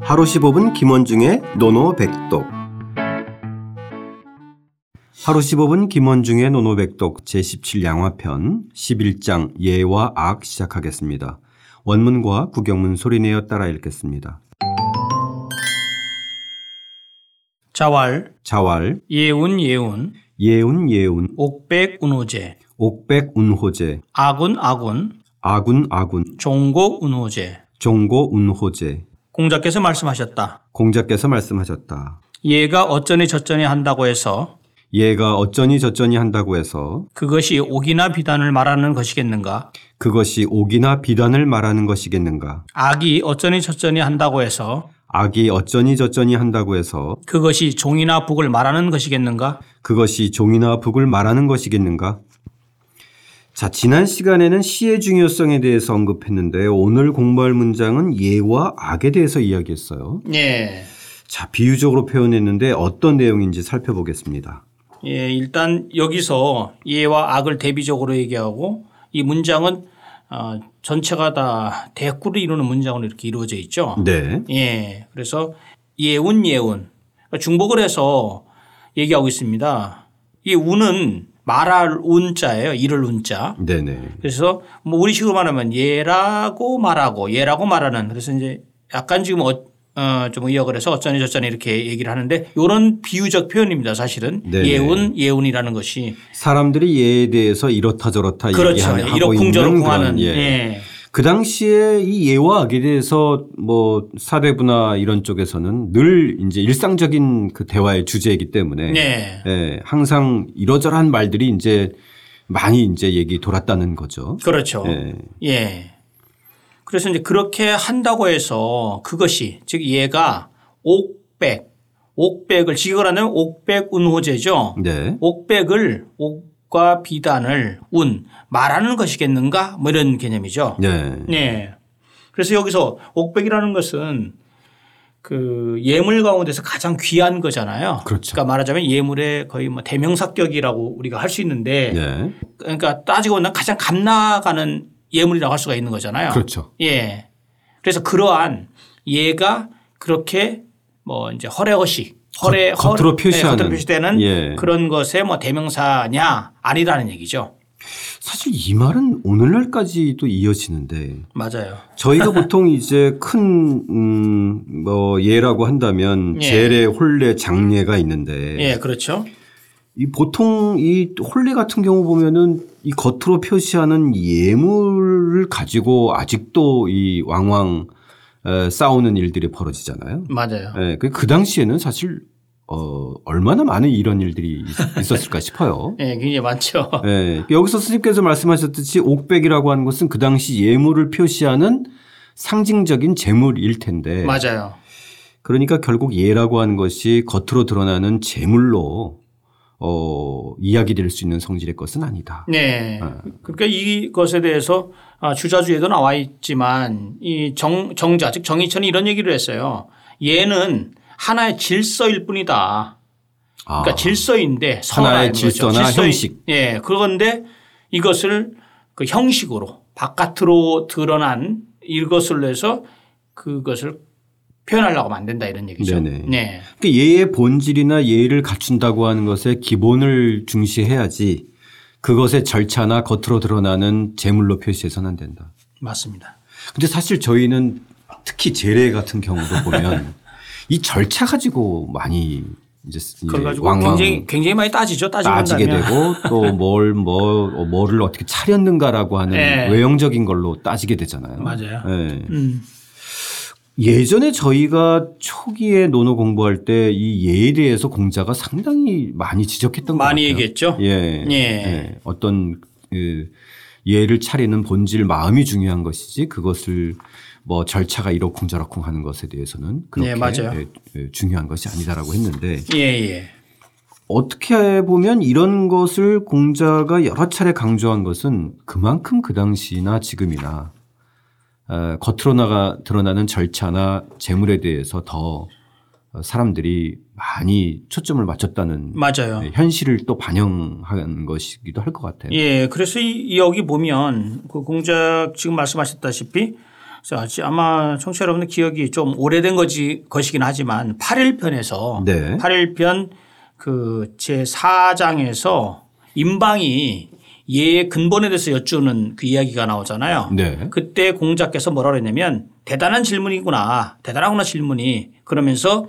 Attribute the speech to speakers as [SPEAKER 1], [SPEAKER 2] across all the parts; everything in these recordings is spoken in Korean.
[SPEAKER 1] 하루 15분 김원중의 노노백독 하루 15분 김원중의 노노백독 제17양화편 11장 예와 악 시작하겠습니다. 원문과 구경문 소리내어 따라 읽겠습니다.
[SPEAKER 2] 자왈,
[SPEAKER 1] 자왈
[SPEAKER 2] 예운 예운,
[SPEAKER 1] 예운 예운
[SPEAKER 2] 옥백 운호제,
[SPEAKER 1] 옥백 운호제
[SPEAKER 2] 아군 아군,
[SPEAKER 1] 아군 아군
[SPEAKER 2] 종고 운호제.
[SPEAKER 1] 종고 운호제
[SPEAKER 2] 공자께서 말씀하셨다.
[SPEAKER 1] 공자께서 말씀하셨다.
[SPEAKER 2] 예가 어쩌니 저쩌니 한다고 해서
[SPEAKER 1] 얘가 어쩌니 저쩌니 한다고 해서
[SPEAKER 2] 그것이 옥이나 비단을 말하는 것이겠는가?
[SPEAKER 1] 그것이 옥이나 비단을 말하는 것이겠는가?
[SPEAKER 2] 악이 어쩌니 저쩌니 한다고 해서
[SPEAKER 1] 악이 어쩌니 저쩌니 한다고 해서
[SPEAKER 2] 그것이 종이나 북을 말하는 것이겠는가?
[SPEAKER 1] 그것이 종이나 북을 말하는 것이겠는가? 자, 지난 시간에는 시의 중요성에 대해서 언급했는데 오늘 공부할 문장은 예와 악에 대해서 이야기했어요.
[SPEAKER 2] 예.
[SPEAKER 1] 자, 비유적으로 표현했는데 어떤 내용인지 살펴보겠습니다.
[SPEAKER 2] 예, 일단 여기서 예와 악을 대비적으로 얘기하고 이 문장은 어, 전체가 다 대꾸를 이루는 문장으로 이렇게 이루어져 있죠.
[SPEAKER 1] 네.
[SPEAKER 2] 예. 그래서 예운 예운 그러니까 중복을 해서 얘기하고 있습니다. 이 운은 말할 운자예요. 이를 운자.
[SPEAKER 1] 네네.
[SPEAKER 2] 그래서 뭐 우리식으로 말하면 예라고 말하고 예라고 말하는 그래서 이제 약간 지금 어, 어, 좀 의역을 해서 어쩌니 저쩌니 이렇게 얘기를 하는데 이런 비유적 표현입니다. 사실은
[SPEAKER 1] 네.
[SPEAKER 2] 예운 예운이라는 것이
[SPEAKER 1] 사람들이 예에 대해서 이렇다 저렇다
[SPEAKER 2] 그렇죠.
[SPEAKER 1] 얘기하는 하고 아, 있는
[SPEAKER 2] 이러쿵저러쿵하는
[SPEAKER 1] 그런, 예.
[SPEAKER 2] 예.
[SPEAKER 1] 그 당시에 이 예와 악에 대해서 뭐 사대부나 이런 쪽에서는 늘 이제 일상적인 그 대화의 주제이기 때문에
[SPEAKER 2] 네.
[SPEAKER 1] 예, 항상 이러저러한 말들이 이제 많이 이제 얘기 돌았다는 거죠.
[SPEAKER 2] 그렇죠.
[SPEAKER 1] 예.
[SPEAKER 2] 예. 그래서 이제 그렇게 한다고 해서 그것이 즉 얘가 옥백 옥백을 지그라는 옥백 운호제죠.
[SPEAKER 1] 네.
[SPEAKER 2] 옥백을 옥과 비단을 운 말하는 것이겠는가 뭐 이런 개념이죠.
[SPEAKER 1] 네.
[SPEAKER 2] 네. 그래서 여기서 옥백이라는 것은 그 예물 가운데서 가장 귀한 거잖아요.
[SPEAKER 1] 그렇죠.
[SPEAKER 2] 러니까 말하자면 예물의 거의 뭐 대명사격이라고 우리가 할 수 있는데
[SPEAKER 1] 네.
[SPEAKER 2] 그러니까 따지고 보면 가장 값나가는 예물이라고 할 수가 있는 거잖아요.
[SPEAKER 1] 그렇죠.
[SPEAKER 2] 예. 그래서 그러한 예가 그렇게 뭐 이제 허례허식 허례
[SPEAKER 1] 겉- 겉으로
[SPEAKER 2] 허-
[SPEAKER 1] 표시하는.
[SPEAKER 2] 예, 겉으로 표시되는
[SPEAKER 1] 예.
[SPEAKER 2] 그런 것의 뭐 대명사냐 아니라는 얘기죠.
[SPEAKER 1] 사실 이 말은 오늘날까지도 이어지는데
[SPEAKER 2] 맞아요.
[SPEAKER 1] 저희가 보통 이제 큰, 음, 뭐 예라고 한다면
[SPEAKER 2] 예.
[SPEAKER 1] 재례, 혼례, 장례가 있는데
[SPEAKER 2] 예, 그렇죠.
[SPEAKER 1] 이 보통 이 혼례 같은 경우 보면은 이 겉으로 표시하는 예물을 가지고 아직도 이 왕왕 에, 싸우는 일들이 벌어지잖아요.
[SPEAKER 2] 맞아요.
[SPEAKER 1] 예, 그- 그 당시에는 사실 어, 얼마나 많은 이런 일들이 있- 있었을까 싶어요.
[SPEAKER 2] 예, 굉장히 많죠.
[SPEAKER 1] 예, 여기서 스님께서 말씀하셨듯이 옥백이라고 하는 것은 그 당시 예물을 표시하는 상징적인 재물일 텐데
[SPEAKER 2] 맞아요.
[SPEAKER 1] 그러니까 결국 예라고 하는 것이 겉으로 드러나는 재물로 어, 이야기될 수 있는 성질의 것은 아니다.
[SPEAKER 2] 네. 그러니까 이것에 대해서 아, 주자주에도 나와 있지만 이 정, 정자 즉 정의천이 이런 얘기를 했어요. 얘는 하나의 질서일 뿐이다.
[SPEAKER 1] 아,
[SPEAKER 2] 그러니까 질서인데
[SPEAKER 1] 하나의
[SPEAKER 2] 선화라는 거죠.
[SPEAKER 1] 질서나
[SPEAKER 2] 질서인-
[SPEAKER 1] 형식.
[SPEAKER 2] 예. 그런데 이것을 그 형식으로 바깥으로 드러난 이것을 해서 그것을 표현하려고 만든다 이런 얘기죠.
[SPEAKER 1] 네네.
[SPEAKER 2] 네.
[SPEAKER 1] 그러니까 예의 본질이나 예의를 갖춘다고 하는 것의 기본을 중시해야지 그것의 절차나 겉으로 드러나는 재물로 표시해서는 안 된다.
[SPEAKER 2] 맞습니다.
[SPEAKER 1] 근데 사실 저희는 특히 재래 같은 경우도 보면 이 절차 가지고 많이 이제
[SPEAKER 2] 그래 가지고
[SPEAKER 1] 예, 왕왕
[SPEAKER 2] 굉장히 굉장히 많이 따지죠. 따지고
[SPEAKER 1] 따지게
[SPEAKER 2] 본다면.
[SPEAKER 1] 되고 또 뭘 뭐, 어, 뭐를 어떻게 차렸는가라고 하는
[SPEAKER 2] 예.
[SPEAKER 1] 외형적인 걸로 따지게 되잖아요.
[SPEAKER 2] 맞아요.
[SPEAKER 1] 예.
[SPEAKER 2] 음.
[SPEAKER 1] 예전에 저희가 초기에 논어 공부할 때 이 예에 대해서 공자가 상당히 많이 지적했던 것
[SPEAKER 2] 많이
[SPEAKER 1] 같아요.
[SPEAKER 2] 얘기했죠.
[SPEAKER 1] 예.
[SPEAKER 2] 예.
[SPEAKER 1] 예. 어떤 그 예를 차리는 본질 마음이 중요한 것이지 그것을 뭐 절차가 이러쿵저러쿵 하는 것에 대해서는 그렇게
[SPEAKER 2] 네, 맞아요.
[SPEAKER 1] 예, 예, 중요한 것이 아니다라고 했는데
[SPEAKER 2] 예, 예.
[SPEAKER 1] 어떻게 보면 이런 것을 공자가 여러 차례 강조한 것은 그만큼 그 당시나 지금이나 어, 겉으로 나가 드러나는 절차나 재물에 대해서 더 어, 사람들이 많이 초점을 맞췄다는
[SPEAKER 2] 맞아요.
[SPEAKER 1] 네, 현실을 또 반영한 것이기도 할 것 같아요.
[SPEAKER 2] 예, 그래서 이, 여기 보면 그 공작 지금 말씀하셨다시피 자, 지- 아마 청취자 여러분들 기억이 좀 오래된 거지, 것이긴 하지만 8일편에서
[SPEAKER 1] 네.
[SPEAKER 2] 8일편 그 제4장에서 임방이 예의 근본에 대해서 여쭈는 그 이야기가 나오잖아요.
[SPEAKER 1] 네.
[SPEAKER 2] 그때 공자께서 뭐라 그랬냐면 대단한 질문이구나. 대단하구나 질문이. 그러면서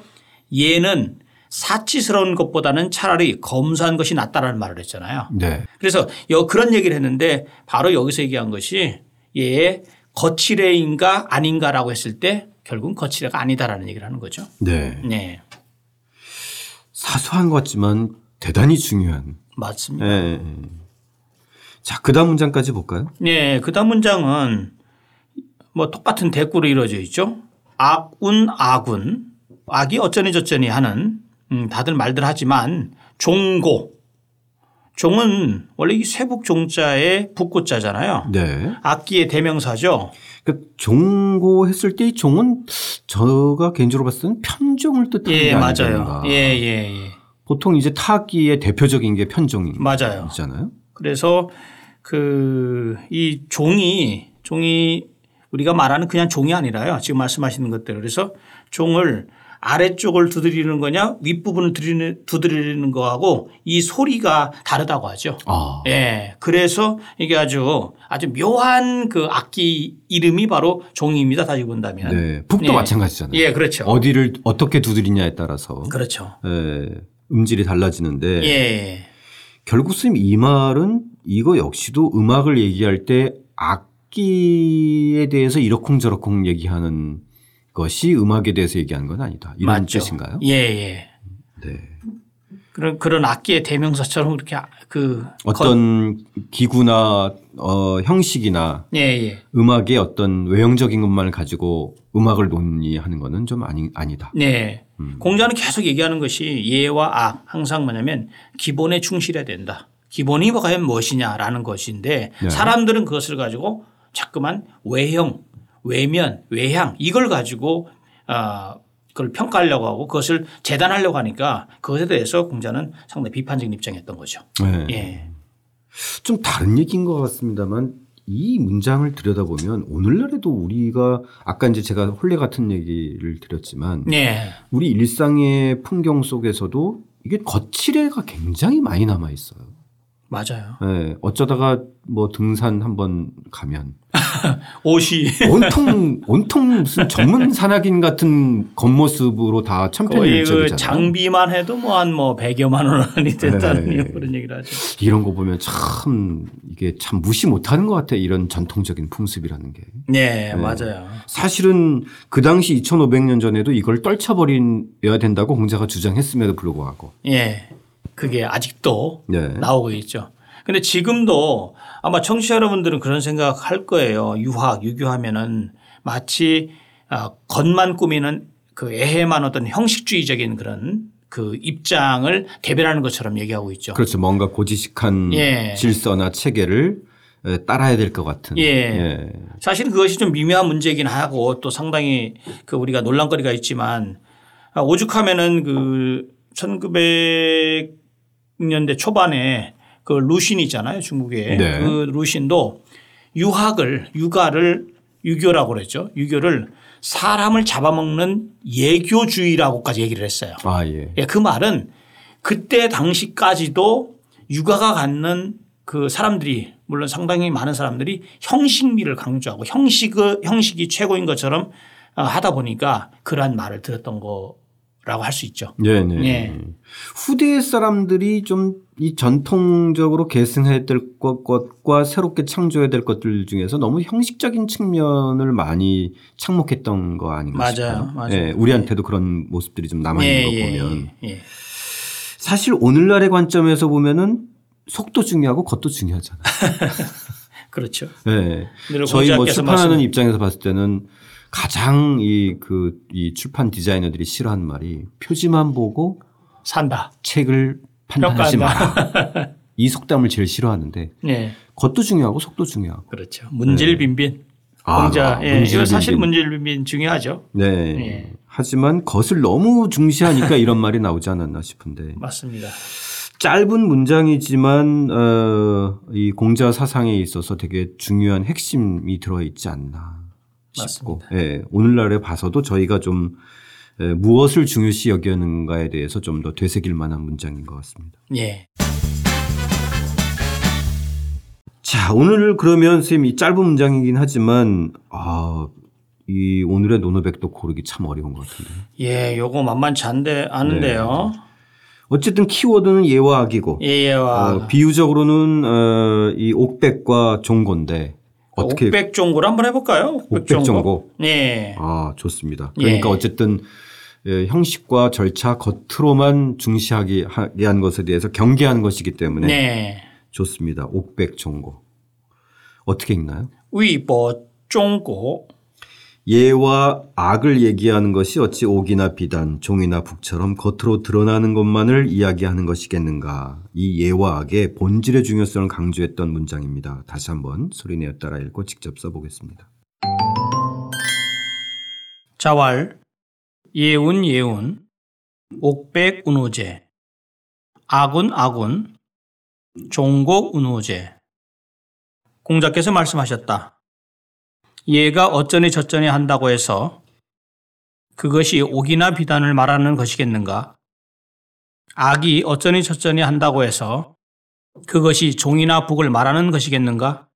[SPEAKER 2] 예는 사치스러운 것보다는 차라리 검소한 것이 낫다라는 말을 했잖아요.
[SPEAKER 1] 네.
[SPEAKER 2] 그래서 여 그런 얘기를 했는데 바로 여기서 얘기한 것이 얘 거칠애인가 아닌가라고 했을 때 결국은 거칠애가 아니다라는 얘기를 하는 거죠.
[SPEAKER 1] 네.
[SPEAKER 2] 네.
[SPEAKER 1] 사소한 것 같지만 대단히 중요한.
[SPEAKER 2] 맞습니다.
[SPEAKER 1] 예, 예. 예. 자, 그 다음 문장까지 볼까요?
[SPEAKER 2] 네. 그 다음 문장은 뭐 똑같은 대꾸로 이루어져 있죠. 악운 악운 악이 어쩌니 저쩌니 하는 음, 다들 말들 하지만 종고 종은 원래 이 쇠북 종자의 북구자잖아요.
[SPEAKER 1] 네.
[SPEAKER 2] 악기의 대명사죠.
[SPEAKER 1] 그러니까 종고했을 때 이 종은 제가 개인적으로 봤을 때는 편종을 뜻하는
[SPEAKER 2] 예,
[SPEAKER 1] 게
[SPEAKER 2] 맞아요.
[SPEAKER 1] 아닌가.
[SPEAKER 2] 예, 예, 예.
[SPEAKER 1] 보통 이제 타악기의 대표적인 게 편종이잖아요.
[SPEAKER 2] 맞아요. 그래서 그 이 종이 종이 우리가 말하는 그냥 종이 아니라요. 지금 말씀하시는 것대로 그래서 종을 아래쪽을 두드리는 거냐 윗부분을 두드리는, 두드리는 거하고 이 소리가 다르다고 하죠.
[SPEAKER 1] 아,
[SPEAKER 2] 예. 그래서 이게 아주 아주 묘한 그 악기 이름이 바로 종입니다. 다시 본다면.
[SPEAKER 1] 네. 북도
[SPEAKER 2] 예.
[SPEAKER 1] 마찬가지잖아요.
[SPEAKER 2] 예, 그렇죠.
[SPEAKER 1] 어디를 어떻게 두드리냐에 따라서
[SPEAKER 2] 그렇죠.
[SPEAKER 1] 예, 음질이 달라지는데
[SPEAKER 2] 예.
[SPEAKER 1] 결국 스님 이 말은 이거 역시도 음악을 얘기할 때 악기에 대해서 이러쿵저러쿵 얘기하는 것이 음악에 대해서 얘기한 건 아니다. 이런
[SPEAKER 2] 맞죠.
[SPEAKER 1] 뜻인가요?
[SPEAKER 2] 예, 예.
[SPEAKER 1] 네.
[SPEAKER 2] 그런 그런 악기의 대명사처럼 그렇게 아- 그
[SPEAKER 1] 어떤 기구나 어, 형식이나
[SPEAKER 2] 예, 예.
[SPEAKER 1] 음악의 어떤 외형적인 것만을 가지고 음악을 논의하는 거는 좀 아니, 아니다.
[SPEAKER 2] 네.
[SPEAKER 1] 음.
[SPEAKER 2] 공자는 계속 얘기하는 것이 예와 악 항상 뭐냐면 기본에 충실해야 된다. 기본이 과연 무엇이냐라는 것인데
[SPEAKER 1] 네.
[SPEAKER 2] 사람들은 그것을 가지고 자꾸만 외형, 외면, 외향 이걸 가지고 아 그걸 평가하려고 하고 그것을 재단하려고 하니까 그것에 대해서 공자는 상당히 비판적인 입장이었던 거죠.
[SPEAKER 1] 네.
[SPEAKER 2] 예.
[SPEAKER 1] 좀 다른 얘기인 것 같습니다만 이 문장을 들여다보면 오늘날에도 우리가 아까 이제 제가 홀레 같은 얘기를 드렸지만
[SPEAKER 2] 네.
[SPEAKER 1] 우리 일상의 풍경 속에서도 이게 거칠애가 굉장히 많이 남아 있어요.
[SPEAKER 2] 맞아요.
[SPEAKER 1] 예, 어쩌다가 뭐 등산 한번 가면
[SPEAKER 2] 옷이
[SPEAKER 1] 온통 온통 무슨 전문 산악인 같은 겉모습으로 다
[SPEAKER 2] 거의 그
[SPEAKER 1] 천편일률적이잖아요.
[SPEAKER 2] 장비만 해도 뭐 한 뭐 100여만 원이 됐다는
[SPEAKER 1] 네.
[SPEAKER 2] 그런 얘기를 하죠.
[SPEAKER 1] 이런 거 보면 참 이게 참 무시 못하는 것 같아 이런 전통적인 풍습이라는 게.
[SPEAKER 2] 네,
[SPEAKER 1] 네.
[SPEAKER 2] 맞아요.
[SPEAKER 1] 사실은 그 당시 2,500년 전에도 이걸 떨쳐버려야 된다고 공자가 주장했음에도 불구하고.
[SPEAKER 2] 예. 그게 아직도
[SPEAKER 1] 네.
[SPEAKER 2] 나오고 있죠. 근데 지금도 아마 청취자 여러분들은 그런 생각 할 거예요. 유학, 유교하면은 마치 아, 겉만 꾸미는 그 애매한 어떤 형식주의적인 그런 그 입장을 대변하는 것처럼 얘기하고 있죠.
[SPEAKER 1] 그렇죠. 뭔가 고지식한
[SPEAKER 2] 예.
[SPEAKER 1] 질서나 체계를 에, 따라야 될 것 같은.
[SPEAKER 2] 예. 사실 그것이 좀 미묘한 문제이긴 하고 또 상당히 그 우리가 논란거리가 있지만 아, 오죽하면은 그 1900년대 초반에 그 루신 있잖아요 중국에
[SPEAKER 1] 네.
[SPEAKER 2] 그 루신도 유학을 유가를 유교라고 그랬죠 유교를 사람을 잡아먹는 예교주의라고까지 얘기를 했어요.
[SPEAKER 1] 아, 예.
[SPEAKER 2] 예, 그 말은 그때 당시까지도 육아가 갖는 그 사람들이 물론 상당히 많은 사람들이 형식미를 강조하고 형식의 형식이 최고인 것처럼 아, 하다 보니까 그러한 말을 들었던 거라고 할 수 있죠.
[SPEAKER 1] 예, 네.
[SPEAKER 2] 예.
[SPEAKER 1] 후대 사람들이 좀 이 전통적으로 계승해야 될 것- 것과 새롭게 창조해야 될 것들 중에서 너무 형식적인 측면을 많이 착목했던 거 아닌가
[SPEAKER 2] 맞아요.
[SPEAKER 1] 싶어요.
[SPEAKER 2] 맞아요.
[SPEAKER 1] 예, 우리한테도 그런 모습들이 좀 남아 있는 거 보면
[SPEAKER 2] 예, 예.
[SPEAKER 1] 사실 오늘날의 관점에서 보면은 속도 중요하고 겉도 중요하잖아요.
[SPEAKER 2] 그렇죠.
[SPEAKER 1] 네.
[SPEAKER 2] 늘
[SPEAKER 1] 저희 뭐
[SPEAKER 2] 공자께서
[SPEAKER 1] 출판하는
[SPEAKER 2] 말씀-
[SPEAKER 1] 입장에서 봤을 때는 가장 이 그 이 출판 디자이너들이 싫어하는 말이 표지만 보고
[SPEAKER 2] 산다.
[SPEAKER 1] 책을 판단하지
[SPEAKER 2] 평가한다.
[SPEAKER 1] 마라. 이 속담을 제일 싫어하는데
[SPEAKER 2] 예,
[SPEAKER 1] 겉도 중요하고 속도 중요하고.
[SPEAKER 2] 그렇죠. 문질빈빈.
[SPEAKER 1] 네. 아,
[SPEAKER 2] 공자. 예,
[SPEAKER 1] 문질빈빈.
[SPEAKER 2] 이건 사실 문질빈빈 중요하죠.
[SPEAKER 1] 네.
[SPEAKER 2] 예.
[SPEAKER 1] 하지만 겉을 너무 중시하니까 이런 말이 나오지 않았나 싶은데
[SPEAKER 2] 맞습니다.
[SPEAKER 1] 짧은 문장이지만 어, 이 공자 사상에 있어서 되게 중요한 핵심이 들어 있지 않나. 싶고 예, 오늘날에 봐서도 저희가 좀 예, 무엇을 중요시 여기는가에 대해서 좀 더 되새길 만한 문장인 것 같습니다.
[SPEAKER 2] 예.
[SPEAKER 1] 자, 오늘 그러면 선생님 이 짧은 문장이긴 하지만 아, 이 오늘의 노노백도 고르기 참 어려운 것 같은데.
[SPEAKER 2] 예, 요거 만만치 않데,
[SPEAKER 1] 네,
[SPEAKER 2] 않은데요.
[SPEAKER 1] 어쨌든 키워드는 예와 악이고
[SPEAKER 2] 예와
[SPEAKER 1] 어, 비유적으로는 어, 이 옥백과 종고인데 어떻게
[SPEAKER 2] 옥백종고를 한번 해볼까요? 옥백종고.
[SPEAKER 1] 옥백종고?
[SPEAKER 2] 예.
[SPEAKER 1] 아 좋습니다.
[SPEAKER 2] 예.
[SPEAKER 1] 그러니까 어쨌든 예, 형식과 절차 겉으로만 중시하게 하게 한 것에 대해서 경계한 것이기 때문에
[SPEAKER 2] 네.
[SPEAKER 1] 좋습니다. 옥백종고 어떻게 읽나요?
[SPEAKER 2] 위보종고.
[SPEAKER 1] 예와 악을 얘기하는 것이 어찌 옥이나 비단, 종이나 북처럼 겉으로 드러나는 것만을 이야기하는 것이겠는가. 이 예와 악의 본질의 중요성을 강조했던 문장입니다. 다시 한번 소리내어 따라 읽고 직접 써보겠습니다.
[SPEAKER 2] 자왈. 예운 예운. 옥백 운호제. 아군 아군. 종고 운호제. 공자께서 말씀하셨다. 예가 어쩌니 저쩌니 한다고 해서 그것이 옥이나 비단을 말하는 것이겠는가? 악이 어쩌니 저쩌니 한다고 해서 그것이 종이나 북을 말하는 것이겠는가?